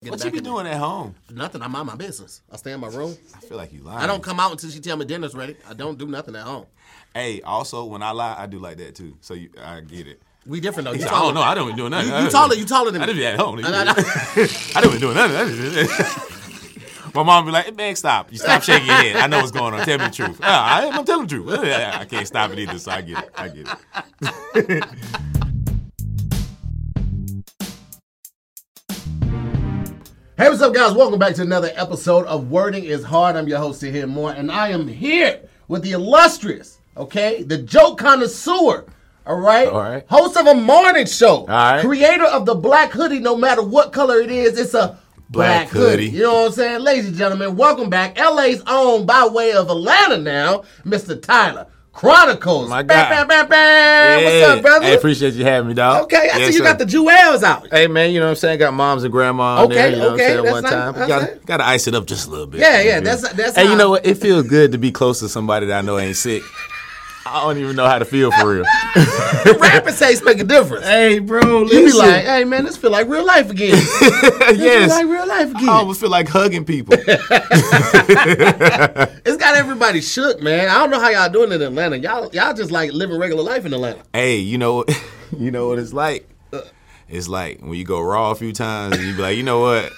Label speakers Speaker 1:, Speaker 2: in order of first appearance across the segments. Speaker 1: Get
Speaker 2: What
Speaker 1: back
Speaker 2: you be
Speaker 1: in there.
Speaker 2: doing at home?
Speaker 1: Nothing. I mind my business. I stay in my room.
Speaker 2: I feel like you lying.
Speaker 1: I don't come out until she tell me dinner's ready. I don't do nothing at home.
Speaker 2: Hey, also when I lie, I do like that too. So you, I get it.
Speaker 1: We different though. You
Speaker 2: I don't
Speaker 1: taller.
Speaker 2: know. I don't be doing nothing.
Speaker 1: You- you taller- you taller than
Speaker 2: I
Speaker 1: me.
Speaker 2: just be at home.
Speaker 1: And I-
Speaker 2: I don't be doing nothing. I just- My mom be like, "Man, stop! You stop shaking your head. I know what's going on. Tell me the truth. Uh, I, am telling the truth. Uh, I can't stop it either. So I get it. I get it.
Speaker 1: Hey, what's up, guys? Welcome back to another episode of Wording is Hard. I'm your host, here Moore, and I am here with the illustrious, okay, the joke connoisseur, all right?
Speaker 3: All right.
Speaker 1: Host of a morning show. All
Speaker 3: right.
Speaker 1: Creator of the black hoodie, no matter what color it is, it's a
Speaker 2: Black
Speaker 1: black, hoodie.
Speaker 2: hoodie.
Speaker 1: You know what I'm saying? Ladies and gentlemen, welcome back. LA's own by way of Atlanta now, Mr. Tyler. Chronicles.
Speaker 3: My
Speaker 1: Bam,
Speaker 3: God.
Speaker 1: bam, bam, bam. What's up, brother?
Speaker 3: Hey, appreciate you having me, dog.
Speaker 1: okay, I
Speaker 3: Yes,
Speaker 1: see you
Speaker 3: sir.
Speaker 1: got the jewels out.
Speaker 3: Hey man, you know what I'm saying? Got moms and grandma on
Speaker 1: Okay,
Speaker 3: there, you know
Speaker 1: okay,
Speaker 3: what
Speaker 1: that's
Speaker 3: I'm saying? One
Speaker 1: nice,
Speaker 3: time.
Speaker 1: that's
Speaker 3: gotta,
Speaker 1: nice.
Speaker 3: gotta ice it up just a little bit.
Speaker 1: Yeah, yeah, that's- that's
Speaker 3: Hey,
Speaker 1: how-
Speaker 3: you know what? It feels good to be close to somebody that I know ain't sick. I don't even know how to feel for real.
Speaker 1: The rapping taste make a difference.
Speaker 3: hey bro,
Speaker 1: You be like, hey man, this feel like real life again. This feel
Speaker 3: yes. Um,
Speaker 1: like real life again.
Speaker 3: I almost feel like hugging people.
Speaker 1: It's got everybody shook, man. I don't know how y'all doing in Atlanta. Y'all, y'all just like living regular life in Atlanta.
Speaker 3: hey, you know you know what it's like? It's like when you go raw a few times and you be like, you know what?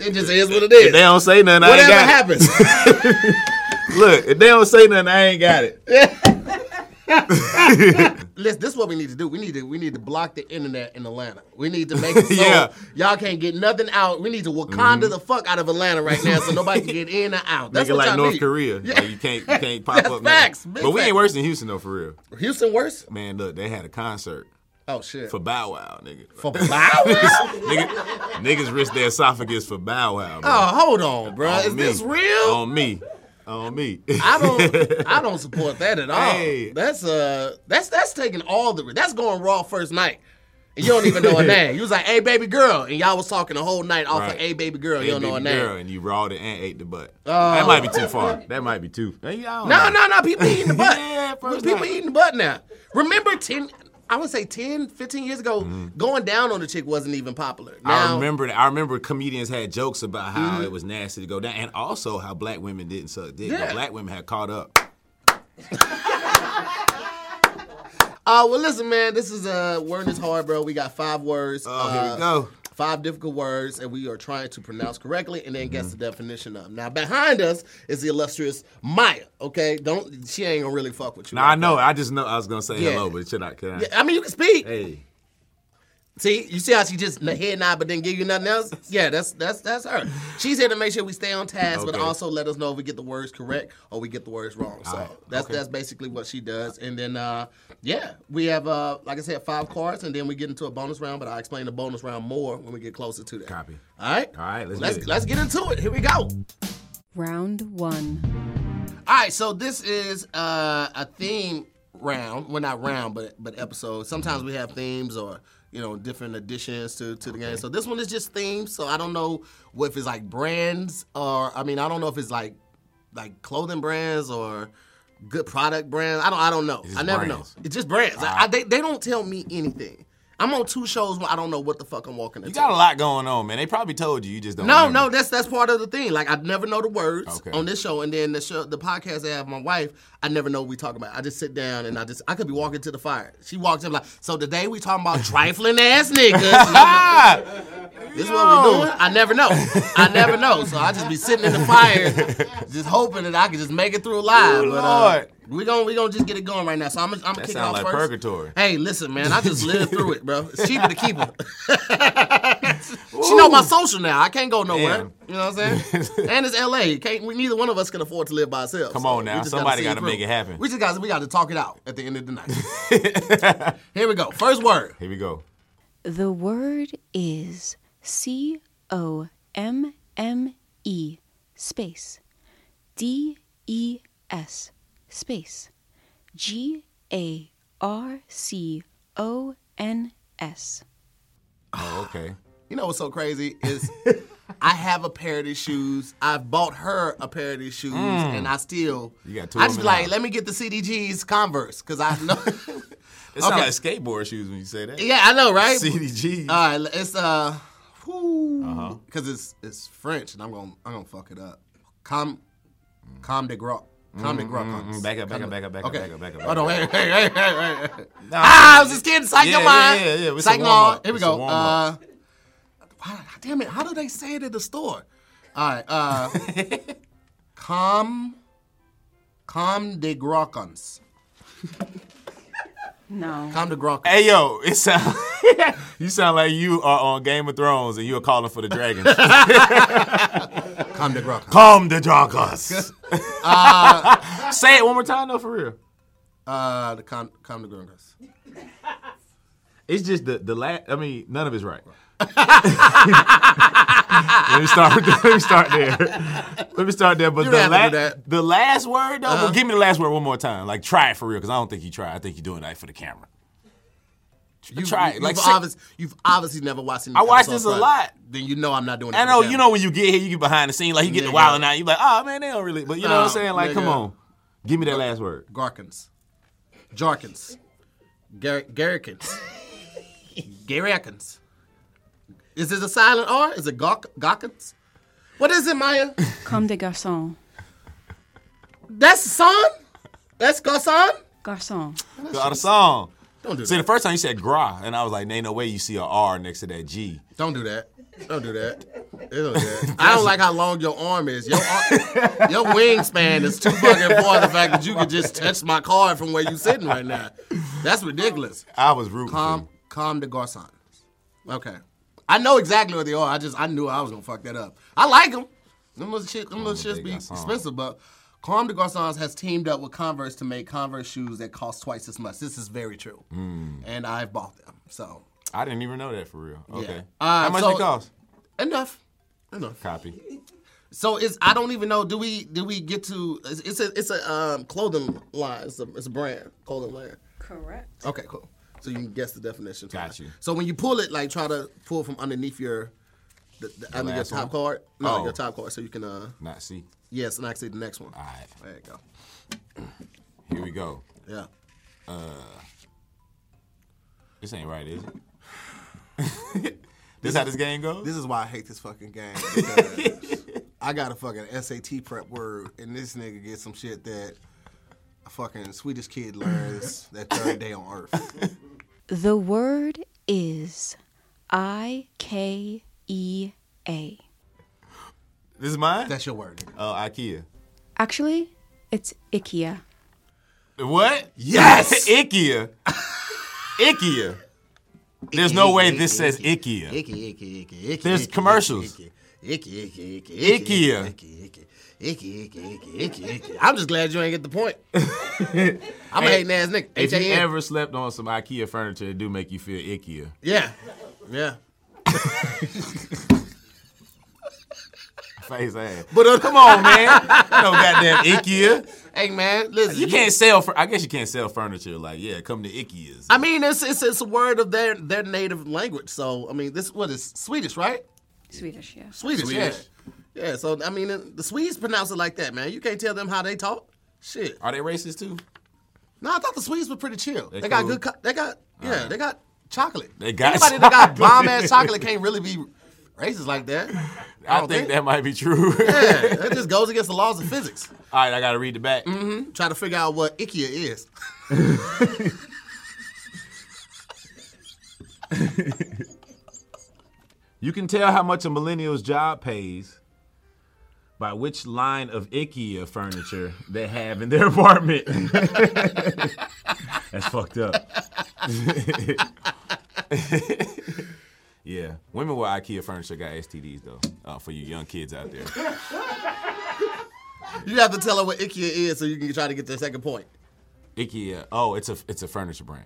Speaker 1: It just is what it is.
Speaker 3: If they don't say nothing, I ain't
Speaker 1: Whatever
Speaker 3: got
Speaker 1: happens,
Speaker 3: it. Look, if they don't say nothing, I ain't got it.
Speaker 1: listen. This is what we need to do. We need to we need to block the internet in Atlanta. We need to make it so
Speaker 3: Yeah.
Speaker 1: y'all can't get nothing out. We need to Wakanda the fuck out of Atlanta right now, so nobody can get in or out. That's
Speaker 3: Nigga
Speaker 1: what
Speaker 3: like
Speaker 1: y'all
Speaker 3: North
Speaker 1: need.
Speaker 3: Korea. Like, you can't you can't pop
Speaker 1: That's
Speaker 3: up
Speaker 1: facts.
Speaker 3: nothing.
Speaker 1: Big
Speaker 3: But we
Speaker 1: facts.
Speaker 3: ain't worse than Houston though for real.
Speaker 1: Houston worse.
Speaker 3: Man, look, they had a concert
Speaker 1: Oh shit.
Speaker 3: for Bow Wow, nigga.
Speaker 1: For Bow Wow?
Speaker 3: Nigga, niggas risked their esophagus for Bow Wow. bro.
Speaker 1: Oh, hold on, bro.
Speaker 3: On
Speaker 1: is
Speaker 3: me.
Speaker 1: this real?
Speaker 3: On me. On me.
Speaker 1: I don't I don't support that at all.
Speaker 3: Hey.
Speaker 1: That's uh that's that's taking all the that's going raw first night. And you don't even know her name. You was like, hey baby girl, and y'all was talking the whole night off of
Speaker 3: Right.
Speaker 1: hey baby girl,
Speaker 3: Hey,
Speaker 1: you don't know her
Speaker 3: baby
Speaker 1: name.
Speaker 3: girl, and you rawed it and ate the butt. That might be too far. That might be too. Hey, I don't
Speaker 1: No,
Speaker 3: know.
Speaker 1: no, no, people eating the butt.
Speaker 3: Yeah, first
Speaker 1: people
Speaker 3: night.
Speaker 1: eating the butt now. Remember ten I would say 10, 15 years ago, going down on the chick wasn't even popular. Now,
Speaker 3: Mm-hmm. I remember. that- I remember comedians had jokes about how
Speaker 1: Mm-hmm.
Speaker 3: it was nasty to go down, and also how black women didn't suck dick.
Speaker 1: Yeah.
Speaker 3: But black women had caught up.
Speaker 1: Uh, well, listen, man, this is uh, word is hard, bro. We got five words.
Speaker 3: Oh, here we
Speaker 1: uh,
Speaker 3: go.
Speaker 1: Five difficult words, and we are trying to pronounce correctly, and then guess
Speaker 3: Mm-hmm.
Speaker 1: the definition of. 'em. Now, behind us is the illustrious Maya. Okay, don't she ain't gonna really fuck with you.
Speaker 3: Now I know. I just know. I was gonna say
Speaker 1: Yeah.
Speaker 3: hello, but should I? Can I?
Speaker 1: Yeah, I mean, you can speak.
Speaker 3: Hey.
Speaker 1: See, you see how she just n- head nod, but then give you nothing else. Yeah, that's that's that's her. She's here to make sure we stay on task, but
Speaker 3: Okay.
Speaker 1: also let us know if we get the words correct or we get the words wrong. So
Speaker 3: right,
Speaker 1: that's
Speaker 3: okay.
Speaker 1: that's basically what she does. And then uh, yeah, we have uh, like I said, five cards, and then we get into a bonus round. But I will explain the bonus round more when we get closer to that.
Speaker 3: Copy.
Speaker 1: All right.
Speaker 3: All right, let's
Speaker 1: let's
Speaker 3: get it.
Speaker 1: let's get into it. Here we go.
Speaker 4: Round one.
Speaker 1: All right, so this is uh, a theme round. Well, not round, but but episode. Sometimes we have themes or you know different additions to to the game. So this one is just themes. So I don't know what if it's like brands or I mean I don't know if it's like like clothing brands or good product brands. I don't I don't know. I never
Speaker 3: brands. Uh,
Speaker 1: know. It's just brands. I, I, they they don't tell me anything. I'm on two shows where I don't know what the fuck I'm walking into.
Speaker 3: You got a lot going on, man. They probably told you. You just don't.
Speaker 1: No,
Speaker 3: remember.
Speaker 1: no, that's that's part of the thing. Like I never know the words
Speaker 3: Okay.
Speaker 1: on this show, and then the show, the podcast I have with my wife, I never know what we talk about. I just sit down and I just I could be walking to the fire. She walks in like, so today we talking about trifling ass niggas. And I'm like,
Speaker 3: Ah!
Speaker 1: this is what we doing. I never know. I never know. So I just be sitting in the fire, just hoping that I can just make it through live.
Speaker 3: Ooh,
Speaker 1: but, uh,
Speaker 3: Lord.
Speaker 1: we gon' we gonna just get it going right now. So I'm gonna I'm
Speaker 3: That
Speaker 1: kick
Speaker 3: sound
Speaker 1: off
Speaker 3: like
Speaker 1: first.
Speaker 3: purgatory.
Speaker 1: Hey, listen, man, I just lived through it, bro. It's cheaper to keep her. she know my social now. I can't go nowhere.
Speaker 3: Damn.
Speaker 1: You know what I'm saying? and it's LA. Can't we neither one of us can afford to live by ourselves.
Speaker 3: Come
Speaker 1: So
Speaker 3: on
Speaker 1: we
Speaker 3: now.
Speaker 1: just
Speaker 3: Somebody
Speaker 1: see
Speaker 3: gotta
Speaker 1: through.
Speaker 3: make it happen.
Speaker 1: We just got we gotta talk it out at the end of the night. Here we go. First word.
Speaker 3: Here we go.
Speaker 4: The word is C O M M E space D E S space G A R C O N S.
Speaker 3: Oh, okay.
Speaker 1: You know what's so crazy is I have a pair of these shoes. I've bought her a pair of these shoes, and I still
Speaker 3: Mm. You got two
Speaker 1: I
Speaker 3: of
Speaker 1: just be
Speaker 3: them in the
Speaker 1: like,
Speaker 3: house.
Speaker 1: let me get the CDG's Converse because I know.
Speaker 3: It sounds
Speaker 1: Okay.
Speaker 3: like skateboard shoes when you say that.
Speaker 1: yeah, I know, right?
Speaker 3: CDG.
Speaker 1: All right, it's uh, whew,
Speaker 3: Uh-huh.
Speaker 1: because it's it's French, and I'm gonna I'm gonna fuck it up. Com, com de gras. Com de gras.
Speaker 3: Back up, back up, back up, back up,
Speaker 1: Okay.
Speaker 3: back up, back up.
Speaker 1: Hold on, hey, hey, hey, hey, hey, hey.
Speaker 3: Nah,
Speaker 1: ah, I was just kidding. Psych
Speaker 3: Yeah,
Speaker 1: your
Speaker 3: yeah,
Speaker 1: mind.
Speaker 3: yeah, yeah. It's
Speaker 1: Psych
Speaker 3: a
Speaker 1: your
Speaker 3: warm-up.
Speaker 1: mind. Here we
Speaker 3: It's a
Speaker 1: go. Uh,
Speaker 3: warm-up.
Speaker 1: why- damn it! How do they say it at the store? All right. Uh, com, com de grocons.
Speaker 4: No.
Speaker 1: Com de grocons.
Speaker 3: Hey yo, it sound you sound like you are on Game of Thrones and you are calling for the dragons.
Speaker 1: Com de grocons.
Speaker 3: Come the dragons. Say it one more time though, for real.
Speaker 1: Uh, the com, com de grocons.
Speaker 3: It's just the the last. I mean, none of it's right. let me start. Let me start there. Let me start there. But
Speaker 1: You
Speaker 3: the,
Speaker 1: don't have to do
Speaker 3: la-
Speaker 1: that. Uh-huh.
Speaker 3: the last word though. Well, give me the last word one more time. Like try it for real, because I don't think you try. I think you're doing that for the camera.
Speaker 1: You,
Speaker 3: try it.
Speaker 1: You,
Speaker 3: Like,
Speaker 1: have
Speaker 3: say-
Speaker 1: obvious, you've obviously never watched. Any
Speaker 3: I watch
Speaker 1: episodes,
Speaker 3: this a
Speaker 1: so
Speaker 3: lot.
Speaker 1: Then you know I'm not doing it.
Speaker 3: I
Speaker 1: for
Speaker 3: know.
Speaker 1: them.
Speaker 3: You know when you get here, you get behind the scene. Like you get the
Speaker 1: Nigga.
Speaker 3: wild and out. You like, oh man, they don't really. But you know
Speaker 1: Nah,
Speaker 3: what I'm saying? Like, come
Speaker 1: nigga.
Speaker 3: on, give me that last word.
Speaker 1: Garkins, Jarkins, Gar- Garrikins, Garrikins. Is this a silent R? Is it Gawk- Gawkins? What is it, Maya?
Speaker 4: Comme des garçons.
Speaker 1: That's son. That's Garson.
Speaker 4: Garçon.
Speaker 3: Got a song.
Speaker 1: Don't do
Speaker 3: See, the
Speaker 1: that.
Speaker 3: first time you said "gra," and I was like, "Ain't no way you see a R next to that G."
Speaker 1: Don't do that. Don't do that. Don't do that. I don't like how long your arm is. Your ar- your wingspan is too fucking far. The fact that you could just touch my card from where you sitting right now. That's ridiculous.
Speaker 3: I was rooting. for you.
Speaker 1: Calm, Um, calm de Garcon. Okay, I know exactly what they are. I just I knew I was gonna fuck that up. I like them. Them little shit, them little
Speaker 3: de
Speaker 1: shits be
Speaker 3: Garcon.
Speaker 1: expensive, but Calm de Garcons has teamed up with Converse to make Converse shoes that cost twice as much. This is very true, and I've bought them. So
Speaker 3: I didn't even know that for real. Okay.
Speaker 1: Uh,
Speaker 3: How much
Speaker 1: so-
Speaker 3: it cost?
Speaker 1: enough, enough.
Speaker 3: Copy.
Speaker 1: So it's I don't even know. Do we do we get to? It's, it's a it's a um, clothing line. It's a, it's a brand clothing line.
Speaker 4: Correct.
Speaker 1: Okay, cool. So you can guess the definition. to
Speaker 3: Got
Speaker 1: it.
Speaker 3: you.
Speaker 1: So when you pull it, like try to pull from underneath your, the, the, under your
Speaker 3: last
Speaker 1: top
Speaker 3: one?
Speaker 1: card. No,
Speaker 3: Oh.
Speaker 1: your top card. So you can uh,
Speaker 3: Not see.
Speaker 1: yes, and I can see the next one.
Speaker 3: All right.
Speaker 1: There you go.
Speaker 3: Here we go.
Speaker 1: Yeah.
Speaker 3: This ain't right, is it? this how this game goes?
Speaker 1: This is why I hate this fucking game. because I got a fucking SAT prep word, and this nigga gets some shit that a fucking Swedish kid learns that third day on Earth.
Speaker 4: The word is I K E A.
Speaker 3: This is mine?
Speaker 1: That's your word. nigga.
Speaker 3: Oh, IKEA.
Speaker 4: Actually, it's IKEA.
Speaker 3: What?
Speaker 1: Yes!
Speaker 3: IKEA. IKEA. There's no way this says
Speaker 1: Icky,
Speaker 3: IKEA.
Speaker 1: Icky, icky, icky, icky.
Speaker 3: There's
Speaker 1: icky,
Speaker 3: commercials.
Speaker 1: Icky, icky, icky, icky, icky,
Speaker 3: Ikea.
Speaker 1: icky, icky, icky, icky, icky, icky, icky. I'm just glad you ain't get the point. I'm a hating ass nigga.
Speaker 3: If you
Speaker 1: H-A-N.
Speaker 3: ever slept on some IKEA furniture, it do make you feel IKEA.
Speaker 1: yeah, yeah.
Speaker 3: Face ass.
Speaker 1: But uh,
Speaker 3: Come on, man. No goddamn IKEA.
Speaker 1: hey, man, listen.
Speaker 3: You can't sell. Fur- I guess you can't sell furniture. Like, yeah, come to IKEA's.
Speaker 1: I mean, it's, it's it's a word of their their native language. So I mean, this what is Swedish, right?
Speaker 4: Swedish, yeah.
Speaker 1: Swedish,
Speaker 3: Swedish.
Speaker 1: yeah. Yeah. So I mean, it- the Swedes pronounce it like that, man. You can't tell them how they talk. Shit.
Speaker 3: Are they racist too?
Speaker 1: No, I thought the Swedes were pretty chill. They,
Speaker 3: They
Speaker 1: got
Speaker 3: cool?
Speaker 1: good. Co- they got yeah. They got chocolate.
Speaker 3: They got
Speaker 1: anybody that got
Speaker 3: chocolate.
Speaker 1: bomb ass chocolate can't really be racist like that.
Speaker 3: I,
Speaker 1: don't
Speaker 3: think, that might be true.
Speaker 1: Yeah, that just goes against the laws of physics.
Speaker 3: All right, I gotta read the back.
Speaker 1: Try to figure out what Ikea is.
Speaker 3: You can tell how much a millennial's job pays by which line of IKEA furniture they have in their apartment. That's fucked up. yeah, women with IKEA furniture got STDs though. Uh, for you young kids out there,
Speaker 1: You have to tell her what Ikea is so you can try to get the second point.
Speaker 3: IKEA. Oh, it's a it's a furniture brand.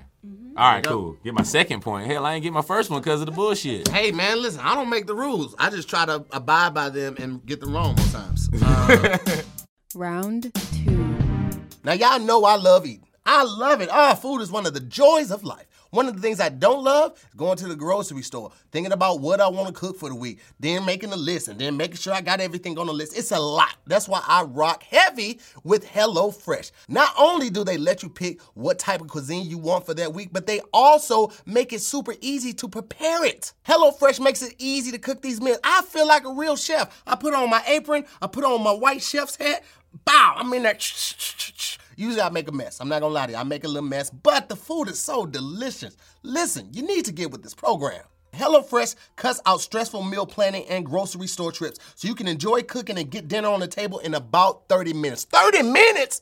Speaker 3: All right, cool. Get my second point. Hell, I ain't get my first one because of the bullshit.
Speaker 1: Hey man, listen, I don't make the rules. I just try to abide by them and get them wrong sometimes. Uh,
Speaker 4: Round two.
Speaker 1: now y'all know I love eating. I love it. Ah, food is one of the joys of life. One of the things I don't love is going to the grocery store, thinking about what I want to cook for the week, then making a list, and then making sure I got everything on the list. It's a lot. That's why I rock heavy with HelloFresh. Not only do they let you pick what type of cuisine you want for that week, but they also make it super easy to prepare it. HelloFresh makes it easy to cook these meals. I feel like a real chef. I put on my apron, I put on my white chef's hat, bow, I'm in there. Usually I make a mess. I'm not gonna lie to you. I make a little mess, but the food is so delicious. Listen, you need to get with this program. HelloFresh cuts out stressful meal planning and grocery store trips so you can enjoy cooking and get dinner on the table in about 30 minutes. 30 minutes?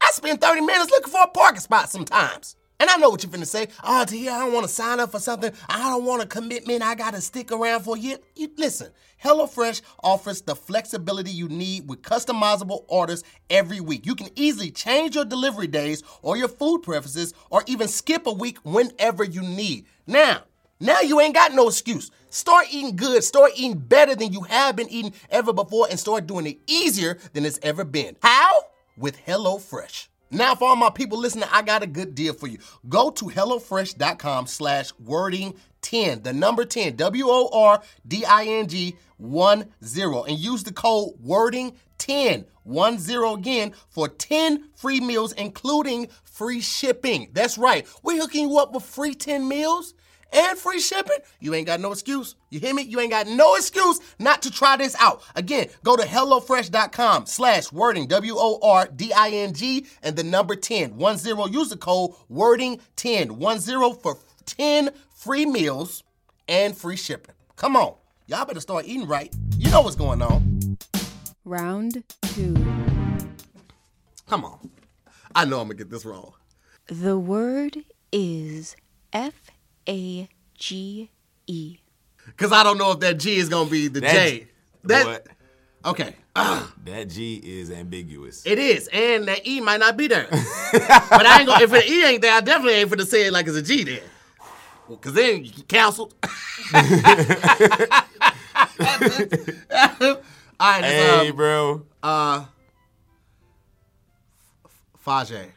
Speaker 1: I spend 30 minutes looking for a parking spot sometimes. And I know what you're finna say. Oh, T, I don't wanna sign up for something. I don't want a commitment I gotta stick around for you. you. Listen, HelloFresh offers the flexibility you need with customizable orders every week. You can easily change your delivery days or your food preferences or even skip a week whenever you need. Now, now you ain't got no excuse. Start eating good, start eating better than you have been eating ever before, and start doing it easier than it's ever been. How? with HelloFresh. Now, for all my people listening, I got a good deal for you. Go to HelloFresh.com slash wording 10, the number 10, W O R D I N G 1 0, and use the code wording 10, 1 0 again, for 10 free meals, including free shipping. That's right, we're hooking you up with free 10 meals and free shipping, you ain't got no excuse. You hear me? You ain't got no excuse not to try this out. Again, go to HelloFresh.com slash wording, W-O-R-D-I-N-G, and the number 10, 10. Use the code wording10, 10 for 10 free meals and free shipping. Come on. Y'all better start eating right. You know what's going on.
Speaker 4: Round two.
Speaker 1: Come on. I know I'm going to get this wrong.
Speaker 4: The word is F A G E.
Speaker 1: Because I don't know if that G is going to be the
Speaker 3: That-
Speaker 1: J. That,
Speaker 3: But
Speaker 1: okay.
Speaker 3: that G is ambiguous.
Speaker 1: It is, and that E might not be there. but I ain't gonna, if the E ain't there, I definitely ain't finna say it like it's a G there. Well, cause then you canceled. All right, it's,
Speaker 3: hey,
Speaker 1: um,
Speaker 3: bro.
Speaker 1: Faje.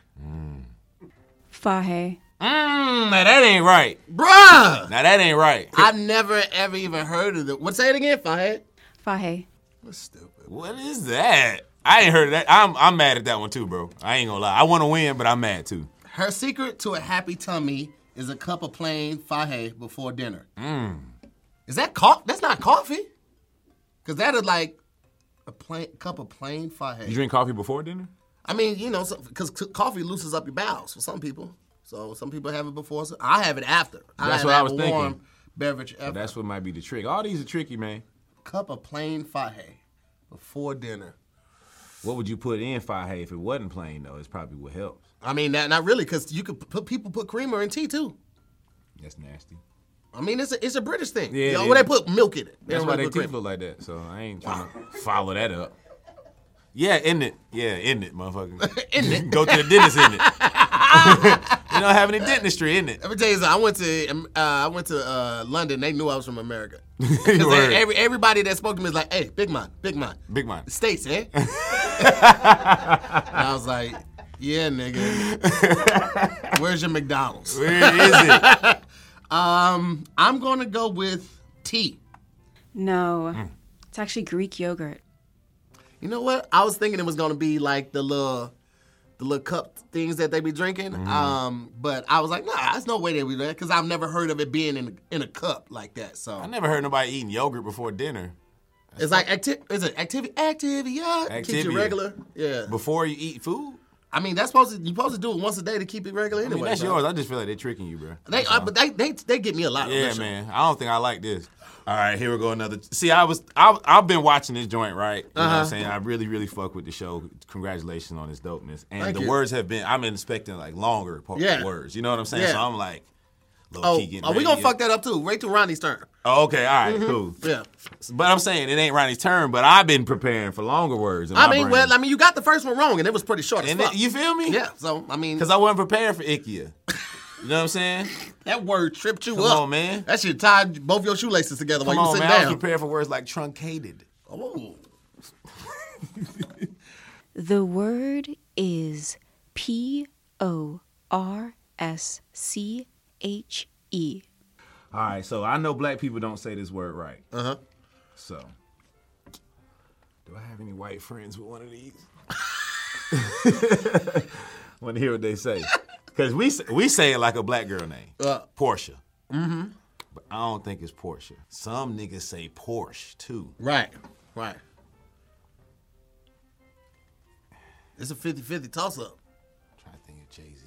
Speaker 4: Fahe.
Speaker 3: Mm, now that ain't right.
Speaker 1: Bruh!
Speaker 3: Now that ain't right.
Speaker 1: I've never ever even heard of it. What say it again, Fahe?
Speaker 4: Fahe.
Speaker 1: That's stupid.
Speaker 3: What is that? I ain't heard of that. I'm I'm mad at that one too, bro. I ain't gonna lie. I want to win, but I'm mad too.
Speaker 1: Her secret to a happy tummy is a cup of plain Fahe before dinner. Mm. Is that coffee? That's not coffee. Cause that is like a plain cup of plain Fahe.
Speaker 3: You drink coffee before dinner?
Speaker 1: I mean, you know, because coffee loosens up your bowels for some people. So some people have it before. So I have it after. I
Speaker 3: That's
Speaker 1: have
Speaker 3: what I was
Speaker 1: a
Speaker 3: thinking.
Speaker 1: Warm beverage after.
Speaker 3: That's what might be the trick. All these are tricky, man.
Speaker 1: cup of plain fahe before dinner.
Speaker 3: What would you put in Fahe if it wasn't plain though? It's probably what helps.
Speaker 1: I mean, not, not really, because you could put people put creamer in tea too.
Speaker 3: That's nasty.
Speaker 1: I mean, it's a, it's a British thing.
Speaker 3: Yeah,
Speaker 1: you know,
Speaker 3: it
Speaker 1: where
Speaker 3: is.
Speaker 1: they put milk in it. They
Speaker 3: That's
Speaker 1: don't
Speaker 3: why
Speaker 1: really
Speaker 3: they
Speaker 1: put
Speaker 3: teeth
Speaker 1: creamer.
Speaker 3: look like that. So I ain't trying to follow that up. Yeah, end it. Yeah, end it, motherfucker.
Speaker 1: Isn't it?
Speaker 3: Go to the dentist, end it. you don't have any dentistry, in it.
Speaker 1: Let me tell you something. I went to um, uh, I went to uh, London. They knew I was from America. 'Cause they-
Speaker 3: Word.
Speaker 1: every, everybody that spoke to me was like, "Hey, big man, big man,
Speaker 3: Big man.
Speaker 1: States, eh? and I was like, yeah, nigga. Where's your McDonald's? Um,
Speaker 3: Where is it?
Speaker 1: I'm gonna go with tea.
Speaker 4: No. It's actually Greek yogurt.
Speaker 1: You know what? I was thinking it was gonna be like the little the little cup things that they be drinking.
Speaker 3: Mm-hmm.
Speaker 1: Um, but I was like, nah, there's no way they be that because I've never heard of it being in a, in a cup like that. So
Speaker 3: I never heard nobody eating yogurt before dinner.
Speaker 1: it's like acti- is it activity activia? Keeps you
Speaker 3: Activia.
Speaker 1: regular. Yeah.
Speaker 3: Before you eat food?
Speaker 1: I mean that's supposed to you're supposed to do it once a day to keep it regular
Speaker 3: I
Speaker 1: anyway.
Speaker 3: mean, that's
Speaker 1: bro.
Speaker 3: yours. I just feel like they're tricking you, bro.
Speaker 1: They uh, but they, they they get me a lot on
Speaker 3: Yeah,
Speaker 1: this show.
Speaker 3: man. I don't think I like this. All right, here we go. Another. See, I was I I've been watching this joint, right? You know what I'm saying? I really, really fuck with the show. Congratulations on this dopeness. And
Speaker 1: Thank
Speaker 3: the
Speaker 1: you.
Speaker 3: words have been I'm expecting like longer po-
Speaker 1: Yeah.
Speaker 3: words. You know what I'm saying?
Speaker 1: Yeah.
Speaker 3: So I'm like low
Speaker 1: Oh,
Speaker 3: key getting
Speaker 1: are we
Speaker 3: ready
Speaker 1: gonna
Speaker 3: to-
Speaker 1: fuck that up too? Rachel Ronnie's turn.
Speaker 3: Oh, okay, all right, cool.
Speaker 1: Yeah.
Speaker 3: But I'm saying it ain't Ronnie's turn, but I've been preparing for longer words. In
Speaker 1: I
Speaker 3: my
Speaker 1: mean,
Speaker 3: brain.
Speaker 1: well, I mean, you got the first one wrong, and it was pretty short as
Speaker 3: and
Speaker 1: fuck.
Speaker 3: it- you feel me?
Speaker 1: yeah. So I mean,
Speaker 3: Cause I wasn't prepared for Ikea. You know what I'm saying?
Speaker 1: that word tripped you
Speaker 3: Come
Speaker 1: up,
Speaker 3: on, man.
Speaker 1: That shit tied both your shoelaces together
Speaker 3: Come
Speaker 1: while you
Speaker 3: on,
Speaker 1: were
Speaker 3: man.
Speaker 1: sitting
Speaker 3: I was
Speaker 1: down.
Speaker 3: prepared for words like truncated.
Speaker 1: Oh.
Speaker 4: The word is P O R S C H E.
Speaker 5: All right, so I know black people don't say this word right.
Speaker 1: Uh
Speaker 3: Uh-huh.
Speaker 1: huh.
Speaker 5: So, do I have any white friends with one of these? Want to hear what they say?
Speaker 3: Because we, s- we say it like a black girl name
Speaker 1: Uh.
Speaker 3: Portia. Mm-hmm. But I don't think it's Portia. Some niggas say Porsche too.
Speaker 1: Right. Right. It's a 50 50 toss up.
Speaker 3: trying to think of Jay Z.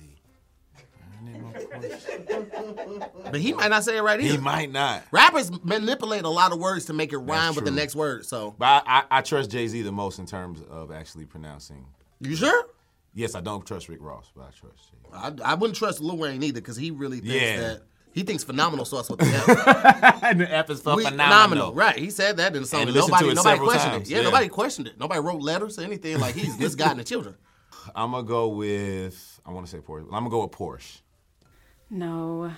Speaker 1: But he might not say it right either.
Speaker 3: He might not.
Speaker 1: Rappers manipulate a lot of words to make it rhyme with the
Speaker 3: true.
Speaker 1: next word. So,
Speaker 3: But I, I, I trust Jay Z the most in terms of actually pronouncing.
Speaker 1: you sure?
Speaker 3: Yes, I don't trust Rick Ross, but I trust Jay. Z.
Speaker 1: I, I wouldn't trust Lil Wayne either because he really thinks
Speaker 3: Yeah.
Speaker 1: that he thinks phenomenal starts with the F.
Speaker 3: And the F is for
Speaker 1: We- right? He said that in the song.
Speaker 3: And
Speaker 1: and
Speaker 3: listened
Speaker 1: nobody,
Speaker 3: to it
Speaker 1: nobody
Speaker 3: several
Speaker 1: questioned
Speaker 3: times,
Speaker 1: it. Yeah,
Speaker 3: yeah.
Speaker 1: nobody questioned it. Nobody wrote letters or anything. Like he's this guy and the children.
Speaker 3: I'm gonna go with I want to say Porsche. I'm gonna go with Porsche.
Speaker 4: No,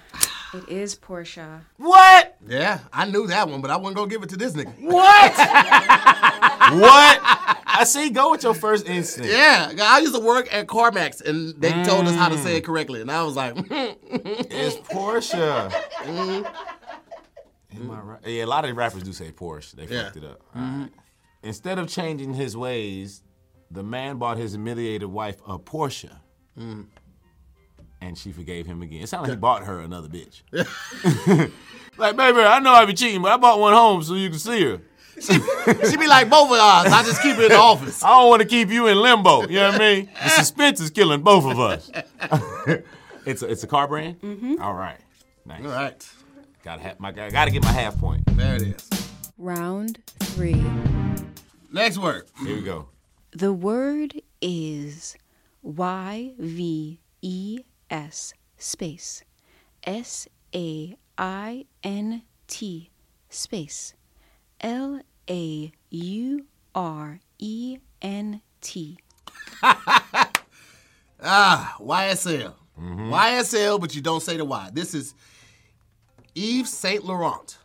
Speaker 4: it is Portia.
Speaker 3: What?
Speaker 1: Yeah, I knew that one, but I wouldn't go give it to this nigga.
Speaker 3: What? what? I say go with your first instinct.
Speaker 1: Yeah, I used to work at CarMax and they told us how to
Speaker 3: Mm.
Speaker 1: say it correctly, and I was like, hmm,
Speaker 3: It's Porsche. Mm-hmm. Am I right? Yeah, a lot of rappers do say Porsche. They
Speaker 1: Yeah.
Speaker 3: fucked it up. All right. Instead of changing his ways, the man bought his humiliated wife a Porsche. Mm. And she forgave him again. It sounded like he bought her another bitch. like, baby, I know I be cheating, but I bought one home so you can see her.
Speaker 1: she be like both of us. I just keep it in the office.
Speaker 3: I don't want to keep you in limbo. You know what I mean? The suspense is killing both of us. it's a, it's a car brand. Mm-hmm. All right, nice.
Speaker 1: All right,
Speaker 3: Gotta have my I gotta get my half point.
Speaker 1: there it is.
Speaker 4: Round three.
Speaker 1: Next word.
Speaker 3: Here we go.
Speaker 4: The word is Y V E S space S A I N T space L A U R E N T.
Speaker 1: YSL.
Speaker 3: Mm-hmm.
Speaker 1: YSL, but you don't say the Y. This is Yves Saint Laurent.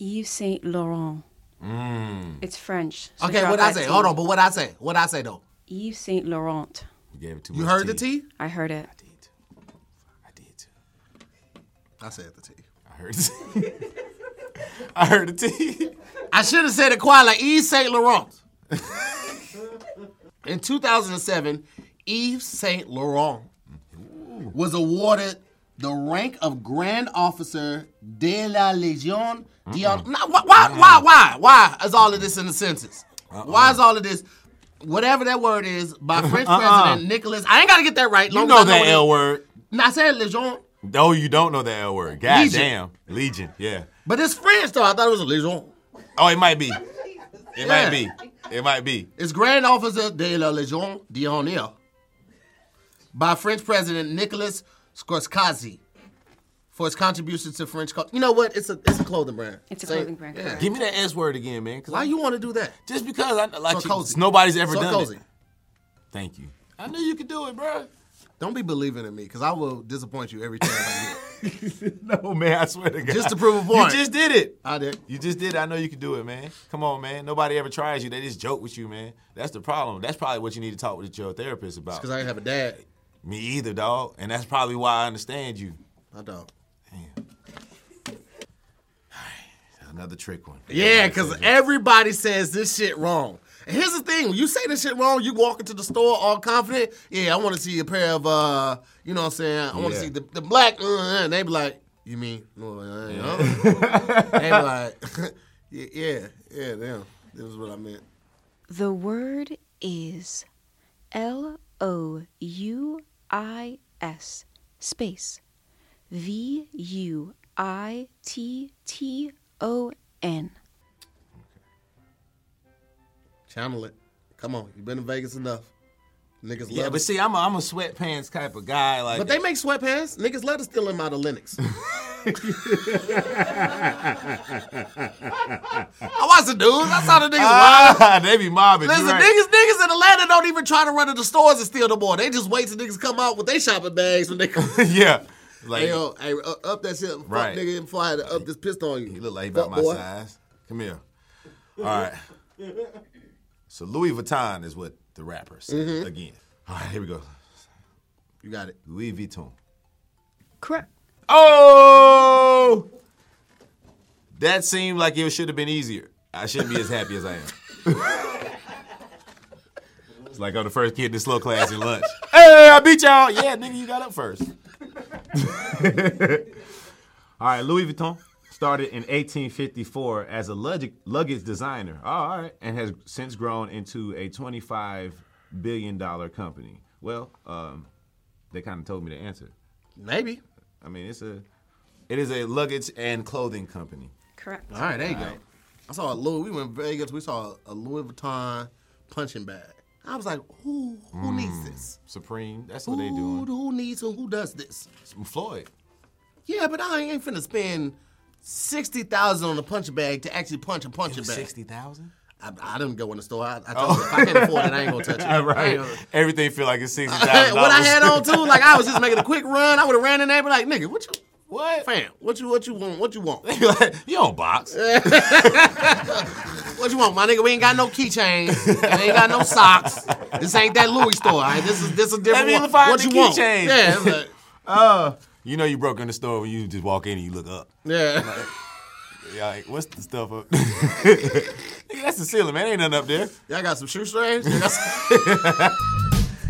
Speaker 4: Yves Saint Laurent. It's French. so
Speaker 1: Mm. Okay,
Speaker 4: drop
Speaker 1: what I
Speaker 4: that
Speaker 1: say?
Speaker 4: T.
Speaker 1: Hold on, but what I say? What I say though?
Speaker 4: Yves Saint Laurent.
Speaker 3: You gave it too
Speaker 1: You
Speaker 3: much
Speaker 1: heard the
Speaker 3: tea.
Speaker 1: T?
Speaker 4: I heard it.
Speaker 3: I did. too. I did too.
Speaker 1: I said the T.
Speaker 3: I heard the tea. I heard the tea.
Speaker 1: I should have said it quiet like Yves Saint Laurent. In 2007, Yves Saint Laurent was awarded the rank of Grand Officer de la Légion d'honneur. Nah, why, why, why, why, why is all of this in the sentence? Why is all of this? Whatever that word is, by French President Nicholas. I ain't gotta get that right.
Speaker 3: You
Speaker 1: long
Speaker 3: know
Speaker 1: as I
Speaker 3: that
Speaker 1: what it-
Speaker 3: L word.
Speaker 1: Nah, I said Legion,
Speaker 3: No, you don't know that L word. God
Speaker 1: Legion.
Speaker 3: damn. Legion. Yeah.
Speaker 1: but it's French though. I thought it was a Legion.
Speaker 3: Oh, it might be. It
Speaker 1: Yeah.
Speaker 3: might be. It might be.
Speaker 1: It's Grand Officer de la Légion d'honneur by French President Nicolas Sarkozy for his contributions to French culture. You know what? It's a it's a clothing brand.
Speaker 4: It's a
Speaker 1: Say-
Speaker 4: clothing brand, correct.
Speaker 3: Give me that S word again, man. 'cause
Speaker 1: Why
Speaker 3: I-
Speaker 1: you want to do that?
Speaker 3: Just because I like you,
Speaker 1: Sarkozy.
Speaker 3: nobody's ever
Speaker 1: Sarkozy.
Speaker 3: done it. Thank you. I knew you could do it, bro.
Speaker 1: Don't be believing in me, because I will disappoint you every time I do it.
Speaker 3: No, man, I swear to God.
Speaker 1: Just to prove a point.
Speaker 3: You just did it.
Speaker 1: I did.
Speaker 3: You just did. it. I know you can do it, man. Come on, man. Nobody ever tries you. They just joke with you, man. That's the problem. That's probably what you need to talk with your therapist about.
Speaker 1: Because I didn't have a dad.
Speaker 3: Me either, dog. And that's probably why I understand you.
Speaker 1: My dog.
Speaker 3: Another trick one.
Speaker 1: Yeah, because everybody says this shit wrong. And here's the thing: when you say this shit wrong, you walk into the store all confident. Yeah, I want to see a pair of, uh, you know what I'm saying? I want to
Speaker 3: Yeah.
Speaker 1: see the, the black. Uh, uh, and they be like, you mean? No, uh, uh." they be like, yeah, yeah, yeah, them. This is what I meant.
Speaker 4: The word is L O U I S space V U I T T O N.
Speaker 1: Channel it. Come on, you've been in Vegas enough. Niggas
Speaker 3: Yeah,
Speaker 1: love
Speaker 3: but
Speaker 1: it.
Speaker 3: see, I'm a, I'm a sweatpants type of guy. Like,
Speaker 1: But they make sweatpants. Niggas love to steal them out of Linux. I watched the dudes. I saw the niggas
Speaker 3: ah, they be mobbing. you
Speaker 1: Listen,
Speaker 3: right.
Speaker 1: niggas, niggas in Atlanta don't even try to run to the stores and steal no more. They just wait till niggas come out with their shopping bags when they come.
Speaker 3: yeah. Like,
Speaker 1: hey, yo, hey, uh, up that shit, fuck
Speaker 3: Right.
Speaker 1: nigga, and fly to up this pistol on you.
Speaker 3: He look like he
Speaker 1: Fuck
Speaker 3: about my
Speaker 1: boy.
Speaker 3: size. Come here. All right.
Speaker 1: Mm-hmm.
Speaker 3: So Louis Vuitton is what the rapper said again. All right, here we go.
Speaker 1: You got it.
Speaker 5: Louis Vuitton.
Speaker 4: Correct.
Speaker 5: Oh! That seemed like it should have been easier. I shouldn't be as happy as I am.
Speaker 3: It's like on the first kid to slow class at lunch. hey, I beat y'all. Yeah, nigga, you got up first.
Speaker 5: All right, Louis Vuitton started in 1854 as a luggage, luggage designer. Oh, all right, and has since grown into a 25 billion dollar company. Well, um, they kind of told me the answer.
Speaker 1: Maybe.
Speaker 5: I mean, it's a it is a luggage and clothing company.
Speaker 4: Correct.
Speaker 1: All right, there you go. I saw a Louis. We went to Vegas. We saw a Louis Vuitton punching bag. I was like, who who needs this?
Speaker 5: Supreme. That's
Speaker 1: Who,
Speaker 5: what they doing.
Speaker 1: who needs and who does this?
Speaker 5: Floyd.
Speaker 1: Yeah, but I ain't finna spend sixty thousand on a punching bag to actually punch a punching bag.
Speaker 5: thousand.
Speaker 1: I, I didn't go in the store. I, I told you, if I can't afford it, I ain't gonna touch it. I ain't
Speaker 3: Oh. Right.
Speaker 1: gonna-
Speaker 3: Everything feel like it's sixty thousand
Speaker 1: what
Speaker 3: dollars.
Speaker 1: I had on too, like I was just making a quick run. I would have ran in there, but like, nigga, what you,
Speaker 3: What?
Speaker 1: fam? What you, what you want? What you want?
Speaker 3: you don't box.
Speaker 1: What you want, my nigga? We ain't got no keychains. We ain't got no socks. This ain't that Louis store. all right? This is this is different.
Speaker 3: me
Speaker 1: one.
Speaker 3: find
Speaker 1: what
Speaker 3: the
Speaker 1: you want?
Speaker 3: keychain.
Speaker 1: Yeah, it's like-
Speaker 3: You know you broke in the store when you just walk in and you look up.
Speaker 1: yeah.
Speaker 3: you like, what's the stuff up? Nigga, that's the ceiling, man. Ain't nothing up there.
Speaker 1: Y'all got some shoestrings? Yeah, that's-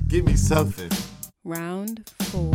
Speaker 3: Give me something.
Speaker 4: Round four.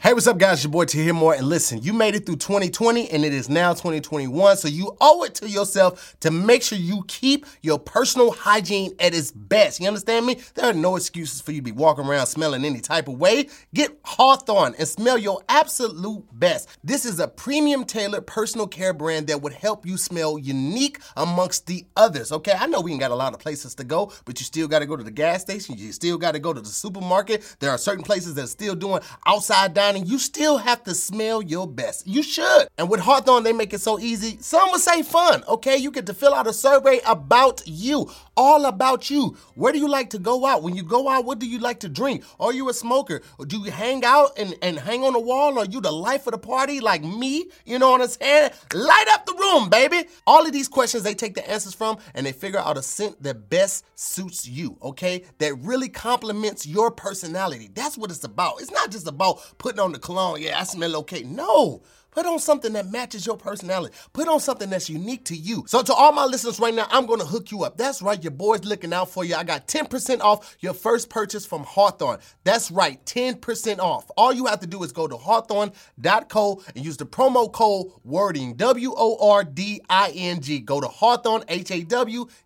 Speaker 1: Hey, what's up, guys? Your boy To Hear More. And listen, you made it through 2020 and it is now 2021. So you owe it to yourself to make sure you keep your personal hygiene at its best. You understand me? There are no excuses for you to be walking around smelling any type of way. Get Hawthorne and smell your absolute best. This is a premium tailored personal care brand that would help you smell unique amongst the others. Okay, I know we ain't got a lot of places to go, but you still got to go to the gas station. You still got to go to the supermarket. There are certain places that are still doing outside dining. You still have to smell your best. You should. And with Hawthorne, they make it so easy. Some would say fun. Okay, you get to fill out a survey about you, all about you. Where do you like to go out? When you go out, what do you like to drink? Are you a smoker? Do you hang out and, and hang on the wall? Are you the life of the party like me? You know what I'm saying? Light up the room, baby. All of these questions they take the answers from and they figure out a scent that best suits you, okay? That really complements your personality. That's what it's about. It's not just about putting on the cologne, yeah, I smell okay. No. Put on something that matches your personality. Put on something that's unique to you. So to all my listeners right now, I'm gonna hook you up. That's right, your boy's looking out for you. I got 10% off your first purchase from Hawthorne. That's right, 10% off. All you have to do is go to hawthorne.co and use the promo code wording, W-O-R-D-I-N-G. Go to Hawthorne,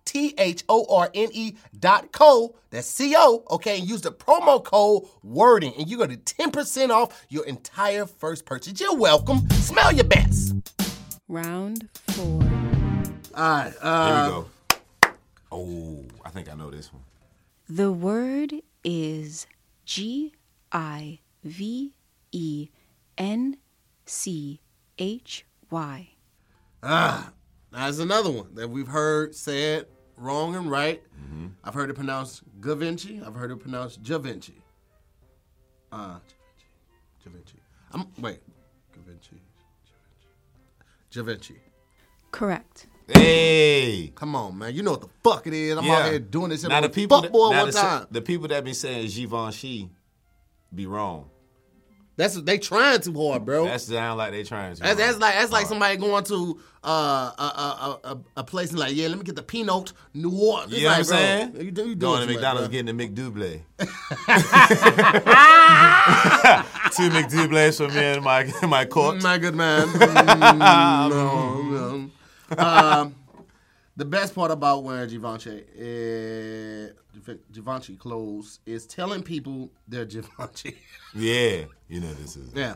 Speaker 1: H-A-W-T-H-O-R-N-E E dot co. That's C-O, okay, and use the promo code wording, and you go to 10% off your entire first purchase. You're welcome. Smell your best.
Speaker 4: Round four.
Speaker 1: All right.
Speaker 3: Here
Speaker 1: Uh,
Speaker 3: we go. Oh, I think I know this one.
Speaker 4: The word is G I V E N C H Y.
Speaker 1: that's another one that we've heard said wrong and right.
Speaker 5: Mm-hmm.
Speaker 1: I've heard it pronounced Gavinci. I've heard it pronounced Javinci. Uh, Javinci. Javinci. I'm, wait. Gavinci. Javinci. Javinci.
Speaker 4: Correct.
Speaker 3: Hey.
Speaker 1: Come on, man. You know what the fuck it is. I'm out here doing this shit
Speaker 5: Now
Speaker 1: on
Speaker 5: the
Speaker 1: the
Speaker 5: people,
Speaker 1: fuck
Speaker 5: that,
Speaker 1: boy
Speaker 5: now
Speaker 1: one
Speaker 5: the,
Speaker 1: time.
Speaker 5: the people that be saying Givenchy be wrong.
Speaker 1: That's they trying too hard, bro.
Speaker 5: That sound like they trying to.
Speaker 1: Oh. That's, that's like that's like somebody going to uh, a, a, a, a- a place and like, yeah, let me get the Pinot Noir. It's
Speaker 5: You know
Speaker 1: like,
Speaker 5: what I'm
Speaker 1: bro,
Speaker 5: saying?
Speaker 1: You, do- you doing
Speaker 5: Going to
Speaker 1: too much,
Speaker 5: McDonald's
Speaker 1: bro.
Speaker 5: getting a McDouble.
Speaker 3: Two McDoubles for me and my my court.
Speaker 1: My good man. Mm, no, no. Um, the best part about wearing Givenchy, is, Givenchy clothes is telling people they're Givenchy.
Speaker 3: Yeah, you know this is.
Speaker 1: yeah,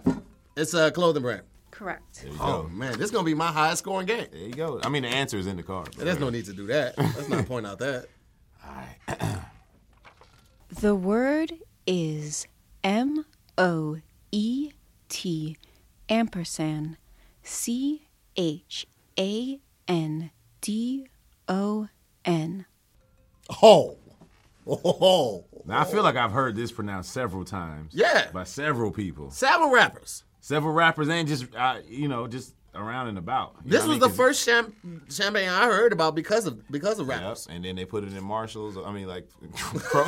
Speaker 1: it's a clothing brand.
Speaker 4: Correct.
Speaker 1: Oh man, this is gonna be my highest scoring game.
Speaker 5: There you go. I mean, the answer is in the car. bro.
Speaker 1: There's no need to do that. Let's not point out that.
Speaker 4: The word is M O E T ampersand C H A N D O N.
Speaker 1: Oh, oh,
Speaker 5: Now, I feel like I've heard this pronounced several times.
Speaker 1: Yeah.
Speaker 5: By several people.
Speaker 1: seven rappers.
Speaker 5: Several rappers and just, uh, you know, just around and about. You
Speaker 1: This
Speaker 5: know
Speaker 1: was
Speaker 5: what I mean?
Speaker 1: the
Speaker 5: 'Cause-
Speaker 1: first cham- champagne I heard about because of because of rappers.
Speaker 5: Yep. And then they put it in Marshalls. I mean, like, pro.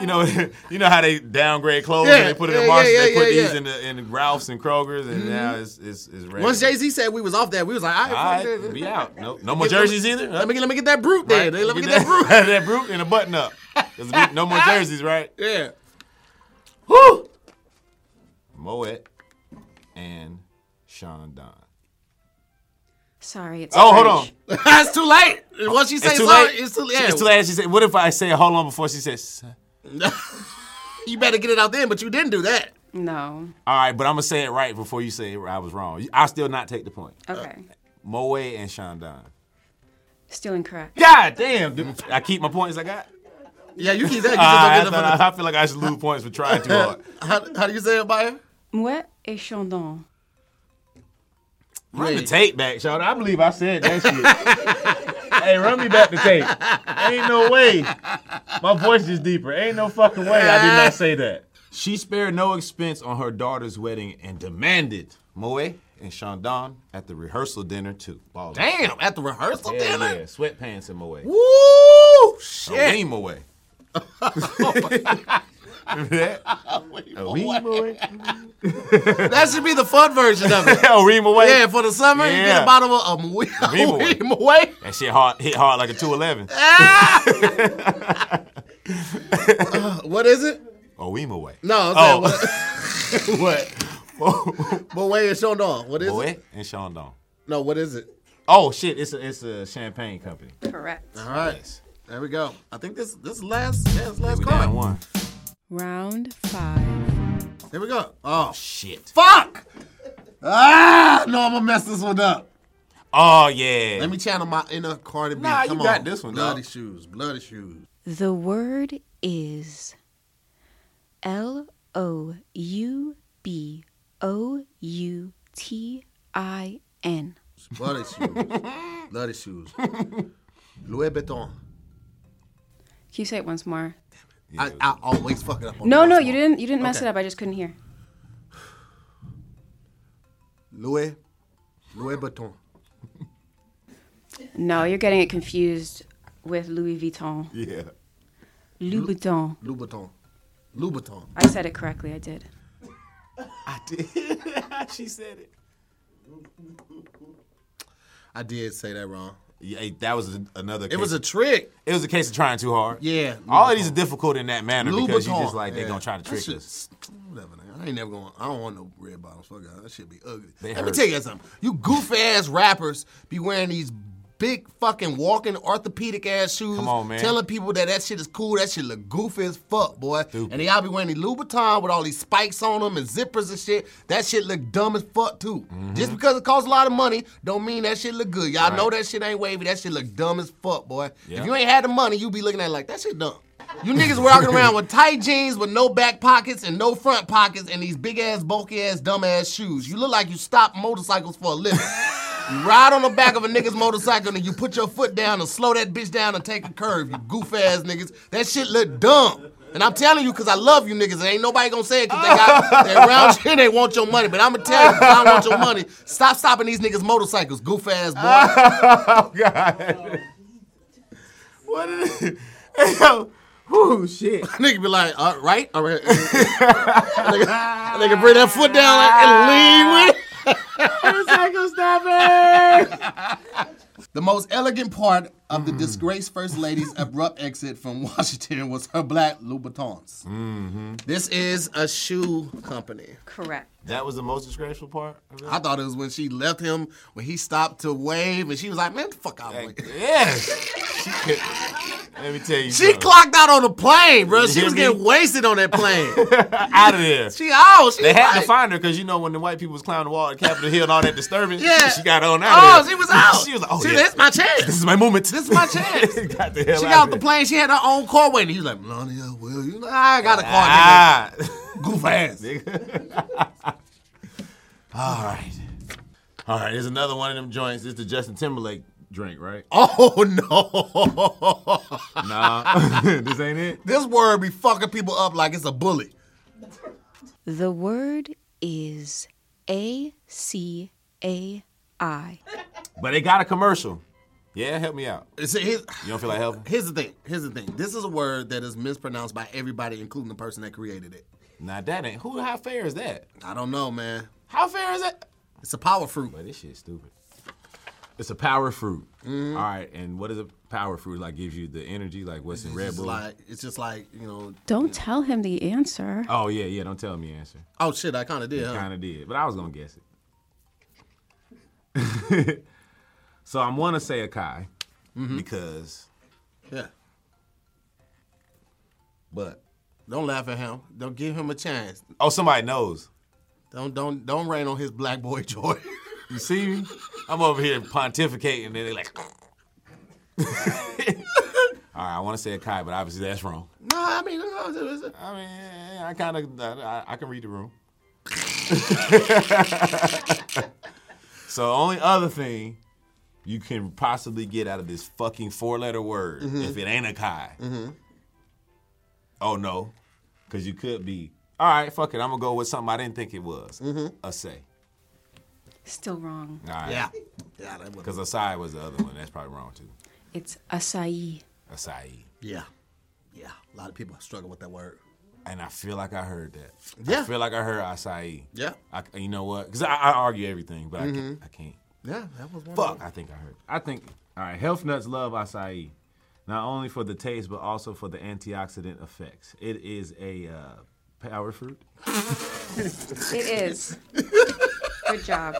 Speaker 3: You know, you know how they downgrade clothes
Speaker 1: Yeah,
Speaker 3: and they put it
Speaker 1: yeah,
Speaker 3: in Marshalls.
Speaker 1: yeah,
Speaker 3: they
Speaker 1: yeah,
Speaker 3: put
Speaker 1: yeah,
Speaker 3: these
Speaker 1: yeah. Mm-hmm.
Speaker 3: in the in Ralphs and Kroger's, and now it's it's, it's regular.
Speaker 1: Once Jay Z said we was off that, we was like, all
Speaker 3: All
Speaker 1: right, fuck
Speaker 3: right,
Speaker 1: that.
Speaker 3: we out. No, no more
Speaker 1: Get- let me-
Speaker 3: jerseys either.
Speaker 1: Let me get, let me get that brute there.
Speaker 3: Right?
Speaker 1: Let me
Speaker 3: You
Speaker 1: get that brute.
Speaker 3: that brute and a button up. 'Cause we- no more jerseys, right?
Speaker 1: Yeah.
Speaker 3: Woo! Moet and Sean Don.
Speaker 4: Sorry, it's
Speaker 3: Oh, hold
Speaker 4: French.
Speaker 3: on.
Speaker 1: it's too late. Once you say
Speaker 3: It's too
Speaker 1: sorry,
Speaker 3: late.
Speaker 1: it's too late.
Speaker 3: It's too late. She said, "What if I say hold on before she says?"
Speaker 1: You better get it out then, but you didn't do that.
Speaker 4: No.
Speaker 3: All right, but I'm gonna say it right before you say I was wrong. I will still not take the point.
Speaker 4: Okay.
Speaker 3: Moe and Sean Don.
Speaker 4: Still incorrect.
Speaker 3: God damn, dude. I keep my points I got.
Speaker 1: Yeah, you keep that. You
Speaker 3: I,
Speaker 1: just don't get
Speaker 3: I-
Speaker 1: it
Speaker 3: I feel like I should lose points for trying too hard.
Speaker 1: from the- how, how do you say it, Bayer?
Speaker 4: Mouet et chandon.
Speaker 3: Run the
Speaker 1: Wait.
Speaker 3: tape back, Sean. I believe I said that shit. hey, run me back the tape. Ain't no way. My voice is deeper. Ain't no fucking way I did not say that.
Speaker 5: She spared no expense on her daughter's wedding and demanded.
Speaker 3: Moe and Sean Don at the rehearsal dinner too. Ballin'.
Speaker 1: Damn, at the rehearsal
Speaker 5: Hell
Speaker 1: dinner.
Speaker 5: yeah, sweatpants in my way.
Speaker 3: Oh,
Speaker 1: Woo!
Speaker 3: A
Speaker 1: Shit.
Speaker 3: weem away. Remember that? A weem away.
Speaker 1: That should be the fun version of it.
Speaker 3: A weem away.
Speaker 1: yeah, for the summer, you get
Speaker 3: Yeah.
Speaker 1: a bottle of um, we,
Speaker 3: Remo.
Speaker 1: away.
Speaker 3: That shit hard, hit hard like a 211.
Speaker 1: What is it?
Speaker 3: A weem away.
Speaker 1: No, I'm
Speaker 3: Oh.
Speaker 1: saying what? what? but wait, it's shown off. What is it?
Speaker 3: Moe and Sean Don.
Speaker 1: No, what is it?
Speaker 5: Oh shit, it's a it's a champagne company.
Speaker 4: Correct.
Speaker 1: All right, there we go. I think this this is last yeah, this is last
Speaker 3: We
Speaker 1: card.
Speaker 3: down one.
Speaker 4: Round five.
Speaker 1: Here we go. Oh
Speaker 3: Shit.
Speaker 1: fuck! Ah, no, I'm gonna mess this one up.
Speaker 3: Oh, yeah.
Speaker 1: Let me channel my inner Cardi B.
Speaker 3: Nah,
Speaker 1: Come
Speaker 3: you got
Speaker 1: on.
Speaker 3: this one,
Speaker 1: Bloody
Speaker 3: dog.
Speaker 1: shoes, bloody shoes.
Speaker 4: The word is L O U B O U T I N.
Speaker 1: Bloody shoes, bloody shoes. Louis Vuitton.
Speaker 4: Can you say it once more?
Speaker 1: I, I always fuck it up. On
Speaker 4: No,
Speaker 1: the
Speaker 4: no,
Speaker 1: last
Speaker 4: you
Speaker 1: one.
Speaker 4: didn't. You didn't mess
Speaker 1: Okay.
Speaker 4: it up. I just couldn't hear.
Speaker 1: Louis, Louis Vuitton.
Speaker 4: No, you're getting it confused with Louis Vuitton.
Speaker 3: yeah.
Speaker 4: Louboutin.
Speaker 1: Louboutin. Louboutin.
Speaker 4: I said it correctly. I did.
Speaker 3: I did. she said it.
Speaker 1: I did say that wrong.
Speaker 3: Yeah, hey, that was a- another. Case.
Speaker 1: It was a trick.
Speaker 3: It was a case of trying too hard.
Speaker 1: Yeah,
Speaker 3: All
Speaker 1: Louboutin.
Speaker 3: of these are difficult in that manner because you just like they're gonna try to trick us.
Speaker 1: us. Whatever, nigga. I ain't never gonna. I don't want no red bottoms. Fuck that. That shit be ugly. Let me
Speaker 3: hurt.
Speaker 1: tell you something. You goofy ass rappers be wearing these big fucking walking orthopedic ass shoes.
Speaker 3: Come on, man.
Speaker 1: Telling people that that shit is cool. That shit look goofy as fuck, boy. And they all be wearing these Louboutin with all these spikes on them and zippers and shit. That shit look dumb as fuck too.
Speaker 3: Mm-hmm.
Speaker 1: Just because it costs a lot of money, don't mean that shit look good. Y'all all know that shit ain't wavy. That shit look dumb as fuck, boy.
Speaker 3: Yeah.
Speaker 1: If you ain't had the money, you be looking at it like that shit dumb. You niggas walking around with tight jeans with no back pockets and no front pockets and these big ass, bulky ass, dumb ass shoes. You look like you stop motorcycles for a living. You ride on the back of a nigga's motorcycle and you put your foot down and slow that bitch down and take a curve, you goof ass niggas. That shit look dumb. And I'm telling you, cause I love you niggas. and ain't nobody gonna say it cause they got they around you and they want your money. But I'ma tell you, 'cause I don't want your money. Stop stopping these niggas' motorcycles, goof ass boy.
Speaker 3: What? Is it? Hey, yo. Whoo, shit.
Speaker 1: Nigga be like, all right, all right. nigga, nigga bring that foot down like, and lean with it.
Speaker 3: Motorcycle stopper.
Speaker 1: The most elegant part of the disgraced First Lady's abrupt exit from Washington was her black Louboutins. This is a shoe company.
Speaker 4: Correct.
Speaker 3: That was the most disgraceful part. of it?
Speaker 1: I thought it was when she left him, when he stopped to wave, and she was like, man, get the fuck out of here.
Speaker 3: Yes. She could. Let me tell
Speaker 1: She
Speaker 3: you. something.
Speaker 1: clocked out on the plane, bro. She
Speaker 3: hear
Speaker 1: was
Speaker 3: me?
Speaker 1: getting wasted on that plane.
Speaker 3: out of there.
Speaker 1: she out. She
Speaker 3: They had to
Speaker 1: like-
Speaker 3: find her because you know when the white people was climbing the wall at Capitol Hill and all that disturbance,
Speaker 1: Yeah.
Speaker 3: she got on out.
Speaker 1: Oh,
Speaker 3: of
Speaker 1: she
Speaker 3: there.
Speaker 1: was out.
Speaker 3: she was like, oh
Speaker 1: She-
Speaker 3: yeah,
Speaker 1: That's my chance.
Speaker 3: this is my moment. This
Speaker 1: is my chance.
Speaker 3: got the hell
Speaker 1: She
Speaker 3: out
Speaker 1: got off the
Speaker 3: of there.
Speaker 1: plane. She had her own car waiting. He was like, Melania, will you? Like, I got a car. nigga.
Speaker 3: Ah,
Speaker 1: Goof ass.
Speaker 3: all right, all right. There's another one of them joints. It's the Justin Timberlake drink, right?
Speaker 1: Oh no!
Speaker 3: Nah, this ain't it.
Speaker 1: this word be fucking people up like it's a bully.
Speaker 4: The word is A C A I.
Speaker 3: But it got a commercial. Yeah, help me out.
Speaker 1: See, here's,
Speaker 3: You don't feel like helping?
Speaker 1: here's the thing. Here's the thing. This is a word that is mispronounced by everybody, including the person that created it.
Speaker 3: Nah, that ain't. Who? How fair is that?
Speaker 1: I don't know, man.
Speaker 3: How fair is that?
Speaker 1: It's a power fruit.
Speaker 3: But this shit's stupid.
Speaker 5: It's a power fruit.
Speaker 1: Mm-hmm.
Speaker 5: All right, and what is a power fruit? Like gives you the energy, like what's in
Speaker 1: It's
Speaker 5: Red
Speaker 1: just
Speaker 5: Bull.
Speaker 1: like it's just like you know.
Speaker 4: Don't tell him the answer.
Speaker 5: oh yeah, yeah. Don't tell me answer.
Speaker 1: Oh shit! I kind of did. Huh?
Speaker 5: Kind of did, but I was gonna guess it. so I'm gonna say Akai.
Speaker 1: Mm-hmm.
Speaker 3: Because,
Speaker 1: Yeah.
Speaker 3: but
Speaker 1: Don't laugh at him. Don't give him a chance.
Speaker 3: oh, somebody knows.
Speaker 1: Don't don't don't rain on his black boy joy.
Speaker 3: You see me? I'm over here pontificating, and they're like. All right, I want to say a Kai, but obviously that's wrong.
Speaker 1: no, I mean, no, it's- it's-
Speaker 3: I mean, I kind of, I, I can read the room. so, only other thing you can possibly get out of this fucking four-letter word, if it ain't a Kai. Oh no, because you could be. All right, fuck it. I'm gonna go with something I didn't think it was. A say.
Speaker 4: Still wrong.
Speaker 3: All right.
Speaker 1: yeah, yeah, that was,
Speaker 3: Because acai was the other one. That's probably wrong too.
Speaker 4: It's acai.
Speaker 3: Acai.
Speaker 1: yeah, yeah. A lot of people struggle with that word.
Speaker 3: And I feel like I heard that. I
Speaker 1: Yeah.
Speaker 3: feel like I heard acai.
Speaker 1: Yeah. Mm-hmm.
Speaker 3: I, you know what? Because I, I argue everything, but I, can't, I can't.
Speaker 1: Yeah, that was one.
Speaker 3: Fuck. I think I heard.
Speaker 5: I think all right, health nuts love acai, not only for the taste but also for the antioxidant effects. It is a uh, power fruit.
Speaker 4: It is. Good job.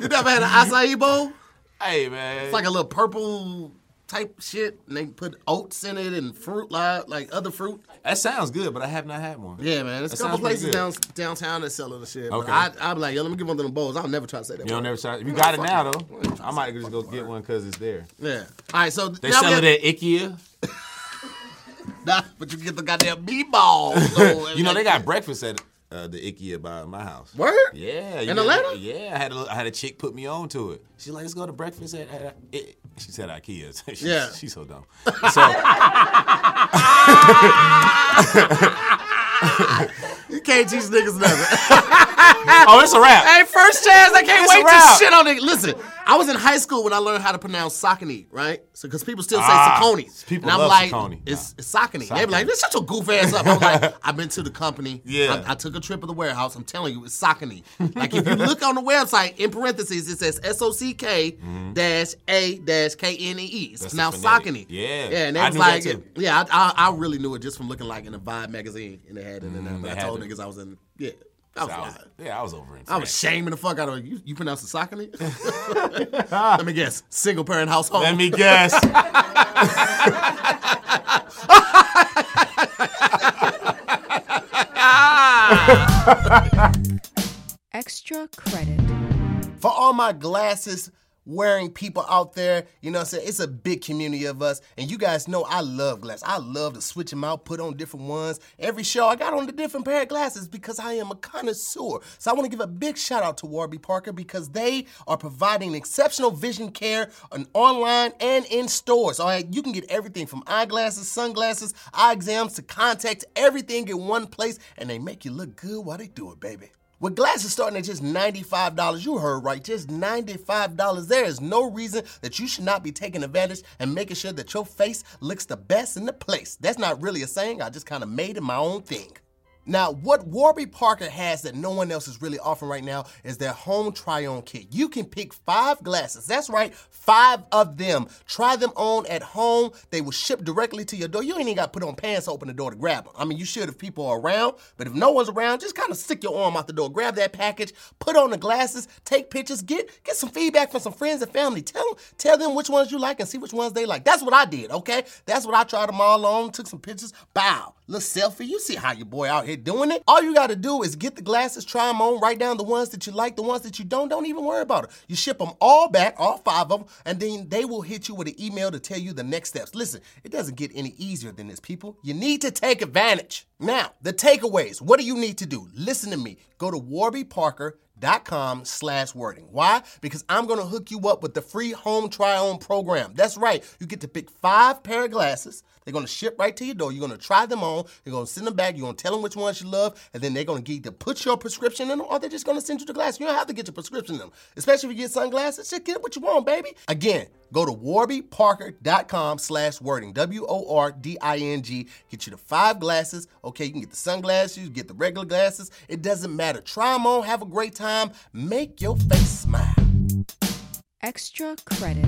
Speaker 1: You never had an acai bowl?
Speaker 3: Hey man.
Speaker 1: It's like a little purple type shit, and they put oats in it and fruit, like, like other fruit.
Speaker 3: that sounds good, but I have not had one.
Speaker 1: Yeah, man. There's
Speaker 3: That
Speaker 1: a couple
Speaker 3: sounds pretty
Speaker 1: places
Speaker 3: good.
Speaker 1: down, downtown that sell the shit.
Speaker 3: Okay.
Speaker 1: But I, I'm like, yo, let me get one of them bowls. I'll never try to say that.
Speaker 3: You don't
Speaker 1: word.
Speaker 3: ever try. You got it
Speaker 1: Fuck
Speaker 3: now
Speaker 1: it.
Speaker 3: though. I might just go get one because it's there.
Speaker 1: Yeah. All right, so
Speaker 3: They sell it
Speaker 1: have,
Speaker 3: at IKEA.
Speaker 1: nah, but you get the goddamn meatballs. though, and
Speaker 3: You know
Speaker 1: like-
Speaker 3: they got breakfast at uh, the IKEA by my house.
Speaker 1: Word?
Speaker 3: Yeah, you
Speaker 1: In
Speaker 3: know,
Speaker 1: Atlanta?
Speaker 3: Yeah, I had a, I had a chick put me on to it. She's like, let's go to breakfast at. at it. She said IKEA. she's,
Speaker 1: Yeah.
Speaker 3: she's so dumb. So
Speaker 1: You can't teach niggas nothing.
Speaker 3: oh, it's a wrap.
Speaker 1: hey, first chance, I can't
Speaker 3: It's a
Speaker 1: wait
Speaker 3: wrap.
Speaker 1: to shit on it. Listen, I was in high school when I learned how to pronounce Saucony, right? So, because people still say
Speaker 3: Ah,
Speaker 1: Saucony.
Speaker 3: people
Speaker 1: and I'm
Speaker 3: love
Speaker 1: like,
Speaker 3: Saucony.
Speaker 1: it's, it's Saucony. They
Speaker 3: Saucony.
Speaker 1: be like, this shut your goof ass up. I'm like, I've been to the company.
Speaker 3: Yeah.
Speaker 1: I, I took a trip to the warehouse. I'm telling you, it's Saucony. Like, if you look on the website, in parentheses, it says S O C K dash A dash K N E E. It's
Speaker 3: Mm-hmm. That's
Speaker 1: now
Speaker 3: the
Speaker 1: Saucony.
Speaker 3: phonetic. Yeah.
Speaker 1: Yeah, and
Speaker 3: I
Speaker 1: it was
Speaker 3: knew that
Speaker 1: like,
Speaker 3: too.
Speaker 1: yeah, I, I, I really knew it just from looking like in a Vibe magazine, and they had it in there.
Speaker 3: they
Speaker 1: But I
Speaker 3: had
Speaker 1: told
Speaker 3: Mm, it.
Speaker 1: niggas I was in, yeah. I was,
Speaker 3: I was-
Speaker 1: lying.
Speaker 3: yeah, I was over in.
Speaker 1: I was shaming the fuck out of you. You pronounce it Saucony? Let me guess. Single parent household.
Speaker 3: Let me guess.
Speaker 4: Extra credit.
Speaker 1: For all my glasses wearing people out there, you know what I'm saying? It's a big community of us. And you guys know I love glasses. I love to switch them out, put on different ones. Every show I got on a different pair of glasses because I am a connoisseur. So I want to give a big shout out to Warby Parker because they are providing exceptional vision care on online and in stores. All right, you can get everything from eyeglasses, sunglasses, eye exams to contacts, everything in one place, and they make you look good while they do it, baby. With glasses starting at just $95, you heard right, just $95. There is no reason that you should not be taking advantage and making sure that your face looks the best in the place. That's not really a saying, I just kind of made it my own thing. Now, what Warby Parker has that no one else is really offering right now is their home try on kit. You can pick five glasses. That's right, five of them. Try them on at home. They will ship directly to your door. You ain't even got to put on pants to open the door to grab them. I mean, you should if people are around, but if no one's around, just kind of stick your arm out the door, grab that package, put on the glasses, take pictures, get get some feedback from some friends and family. Tell tell them which ones you like and see which ones they like. That's what I did, okay? That's what I tried them all on, took some pictures. Bow, little selfie. You see how your boy out here doing it? All you gotta do is get the glasses, try them on, write down the ones that you like, the ones that you don't. Don't even worry about it. You ship them all back, all five of them, and then they will hit you with an email to tell you the next steps. Listen, it doesn't get any easier than this, people. You need to take advantage. Now, the takeaways. What do you need to do? Listen to me. Go to Warby Parker dot com slash wording. Why? Because I'm gonna hook you up with the free home try on program. That's right. You get to pick five pair of glasses. They're gonna ship right to your door. You're gonna try them on. They're gonna send them back. You're gonna tell them which ones you love, and then they're gonna get to put your prescription in them, or they're just gonna send you the glass. You don't have to get your prescription in them. Especially if you get sunglasses. Just get what you want, baby. Again, Go to warbyparker.com slash wording, W O R D I N G. Get you the five glasses. Okay, you can get the sunglasses, you can get the regular glasses. It doesn't matter. Try them on, have a great time, make your face smile.
Speaker 4: Extra credit.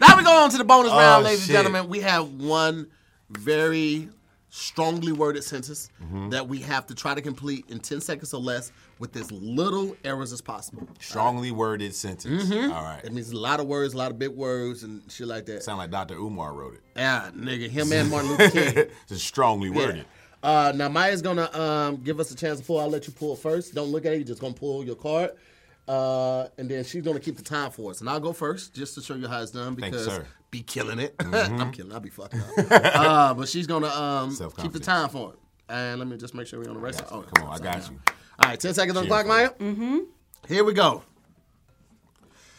Speaker 1: Now we go on to the bonus round,
Speaker 3: Oh,
Speaker 1: ladies
Speaker 3: shit.
Speaker 1: and gentlemen. We have one very strongly worded sentence
Speaker 3: Mm-hmm.
Speaker 1: that we have to try to complete in 10 seconds or less with as little errors as possible.
Speaker 3: Strongly worded sentence. All right.
Speaker 1: That means a lot of words, a lot of big words, and shit like that.
Speaker 3: Sound like Dr. Umar wrote it.
Speaker 1: Yeah, nigga, him and Martin Luther King.
Speaker 3: It's strongly
Speaker 1: Yeah.
Speaker 3: worded.
Speaker 1: Uh, now Maya's gonna um, give us a chance to pull. I'll let you pull first. Don't look at it. You're just gonna pull your card, uh, and then she's gonna keep the time for us. And I'll go first just to show you how it's done
Speaker 3: Thank you,
Speaker 1: because
Speaker 3: sir. Mm-hmm.
Speaker 1: be killing it. I'm killing. I'll be fucking up. uh, but she's gonna um, keep the
Speaker 3: Self-confidence.
Speaker 1: time for it. And let me just make sure we're on the right side. Oh,
Speaker 3: Come on, I got you.
Speaker 1: All right, ten seconds on the clock, Maya. Mm-hmm. Here we go.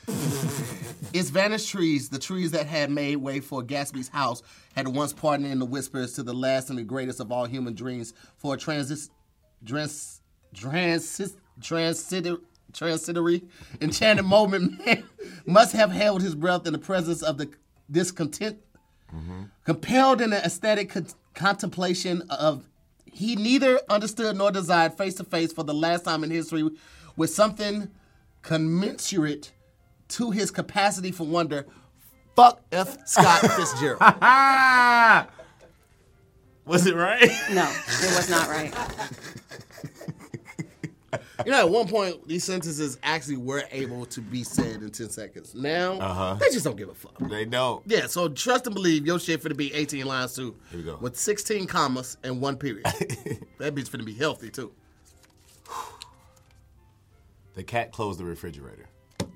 Speaker 1: It's vanished trees, the trees that had made way for Gatsby's house, had once partnered in the whispers to the last and the greatest of all human dreams for a transis, trans, transis, transitor, transitory, enchanted moment. Man must have held his breath in the presence of the discontent, compelled in an aesthetic con- contemplation of he neither understood nor desired face to face for the last time in history with something commensurate to his capacity for wonder. Fuck F. Scott Fitzgerald.
Speaker 5: Ah!
Speaker 3: Was it right?
Speaker 4: No, it was not right.
Speaker 1: you know, at one point, these sentences actually were able to be said in 10 seconds. Now,
Speaker 3: Uh-huh.
Speaker 1: they just don't give a fuck.
Speaker 3: they don't.
Speaker 1: Yeah, so trust and believe your shit finna be 18 lines too. Here
Speaker 3: we go.
Speaker 1: With 16 commas and one period. that bitch finna be healthy too.
Speaker 3: The cat closed the refrigerator.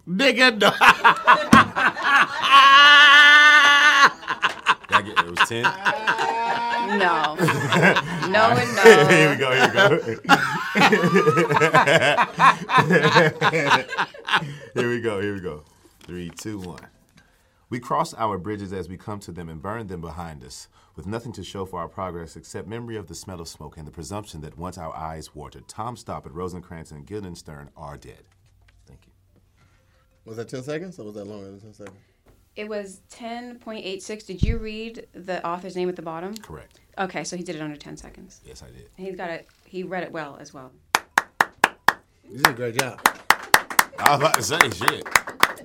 Speaker 1: Nigga, no.
Speaker 3: Did I get, it was 10.
Speaker 4: No. No and
Speaker 3: here we
Speaker 4: no.
Speaker 3: go, here we go. here we go, here we go. Three, two, one. We cross our bridges as we come to them and burn them behind us, with nothing to show for our progress except memory of the smell of smoke and the presumption that once our eyes watered, Tom Stoppard, Rosencrantz, and Guildenstern are dead. Thank you.
Speaker 1: Was that 10 seconds or was that longer than 10 seconds?
Speaker 4: It was 10.86. Did you read the author's name at the bottom?
Speaker 3: Correct.
Speaker 4: Okay, so he did it under 10 seconds.
Speaker 3: Yes, I did.
Speaker 4: He's got it. He read it well as well.
Speaker 1: You did a great job.
Speaker 3: I was about to say shit.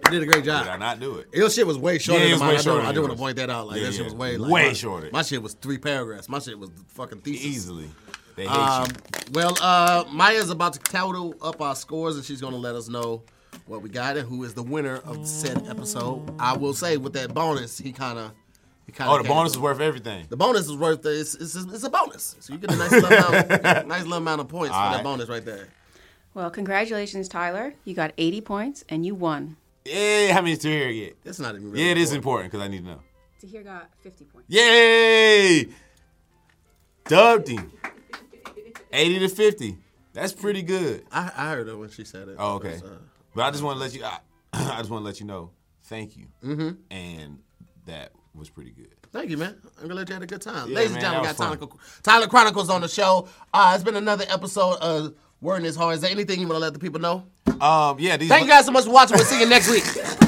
Speaker 1: You did a great
Speaker 3: Did I
Speaker 1: job.
Speaker 3: not do it?
Speaker 1: Your shit was way shorter
Speaker 3: Yeah, it
Speaker 1: than
Speaker 3: was
Speaker 1: mine.
Speaker 3: way
Speaker 1: I do-
Speaker 3: shorter
Speaker 1: I
Speaker 3: than
Speaker 1: do want to
Speaker 3: yours.
Speaker 1: point that out. Like,
Speaker 3: Yeah,
Speaker 1: that shit
Speaker 3: yeah.
Speaker 1: was way like,
Speaker 3: Way
Speaker 1: my-
Speaker 3: shorter.
Speaker 1: My shit was three paragraphs. My shit was fucking thesis.
Speaker 3: Easily. They hate
Speaker 1: Um, well, uh, Maya's about to total up our scores, and she's going to let us know what we got and who is the winner of said episode. I will say, with that bonus, he kind of, he kind
Speaker 3: you.
Speaker 1: of.
Speaker 3: Oh, the bonus is worth everything.
Speaker 1: The bonus is worth it. It's, it's, it's a bonus, so you get a nice little amount, nice little amount of points for that
Speaker 3: Alright.
Speaker 1: bonus right there.
Speaker 4: Well, congratulations, Tyler. You got 80 points and you won.
Speaker 3: Yeah, how many did you hear yet?
Speaker 1: It's not even. Really
Speaker 3: Yeah, it is
Speaker 1: important.
Speaker 3: important because I need to know.
Speaker 4: Tahir got 50 points.
Speaker 3: Yay! Dubbed him. 80 to 50. That's pretty good.
Speaker 1: I, I heard her when she said it.
Speaker 3: Oh, okay.
Speaker 1: It was, uh,
Speaker 3: But I just want to let you I, I just want to let you know, thank you. Mm-hmm. And that was pretty good.
Speaker 1: Thank you, man. I'm glad you had a good time.
Speaker 3: Yeah,
Speaker 1: Ladies and
Speaker 3: man,
Speaker 1: gentlemen, we got
Speaker 3: that was
Speaker 1: Tyler, Tyler Chronicles on the show. Uh, it's been another episode of Word is Hard. Is there anything you want to let the people know?
Speaker 3: Um, yeah, these
Speaker 1: Thank you guys so much for watching. We'll see you next week.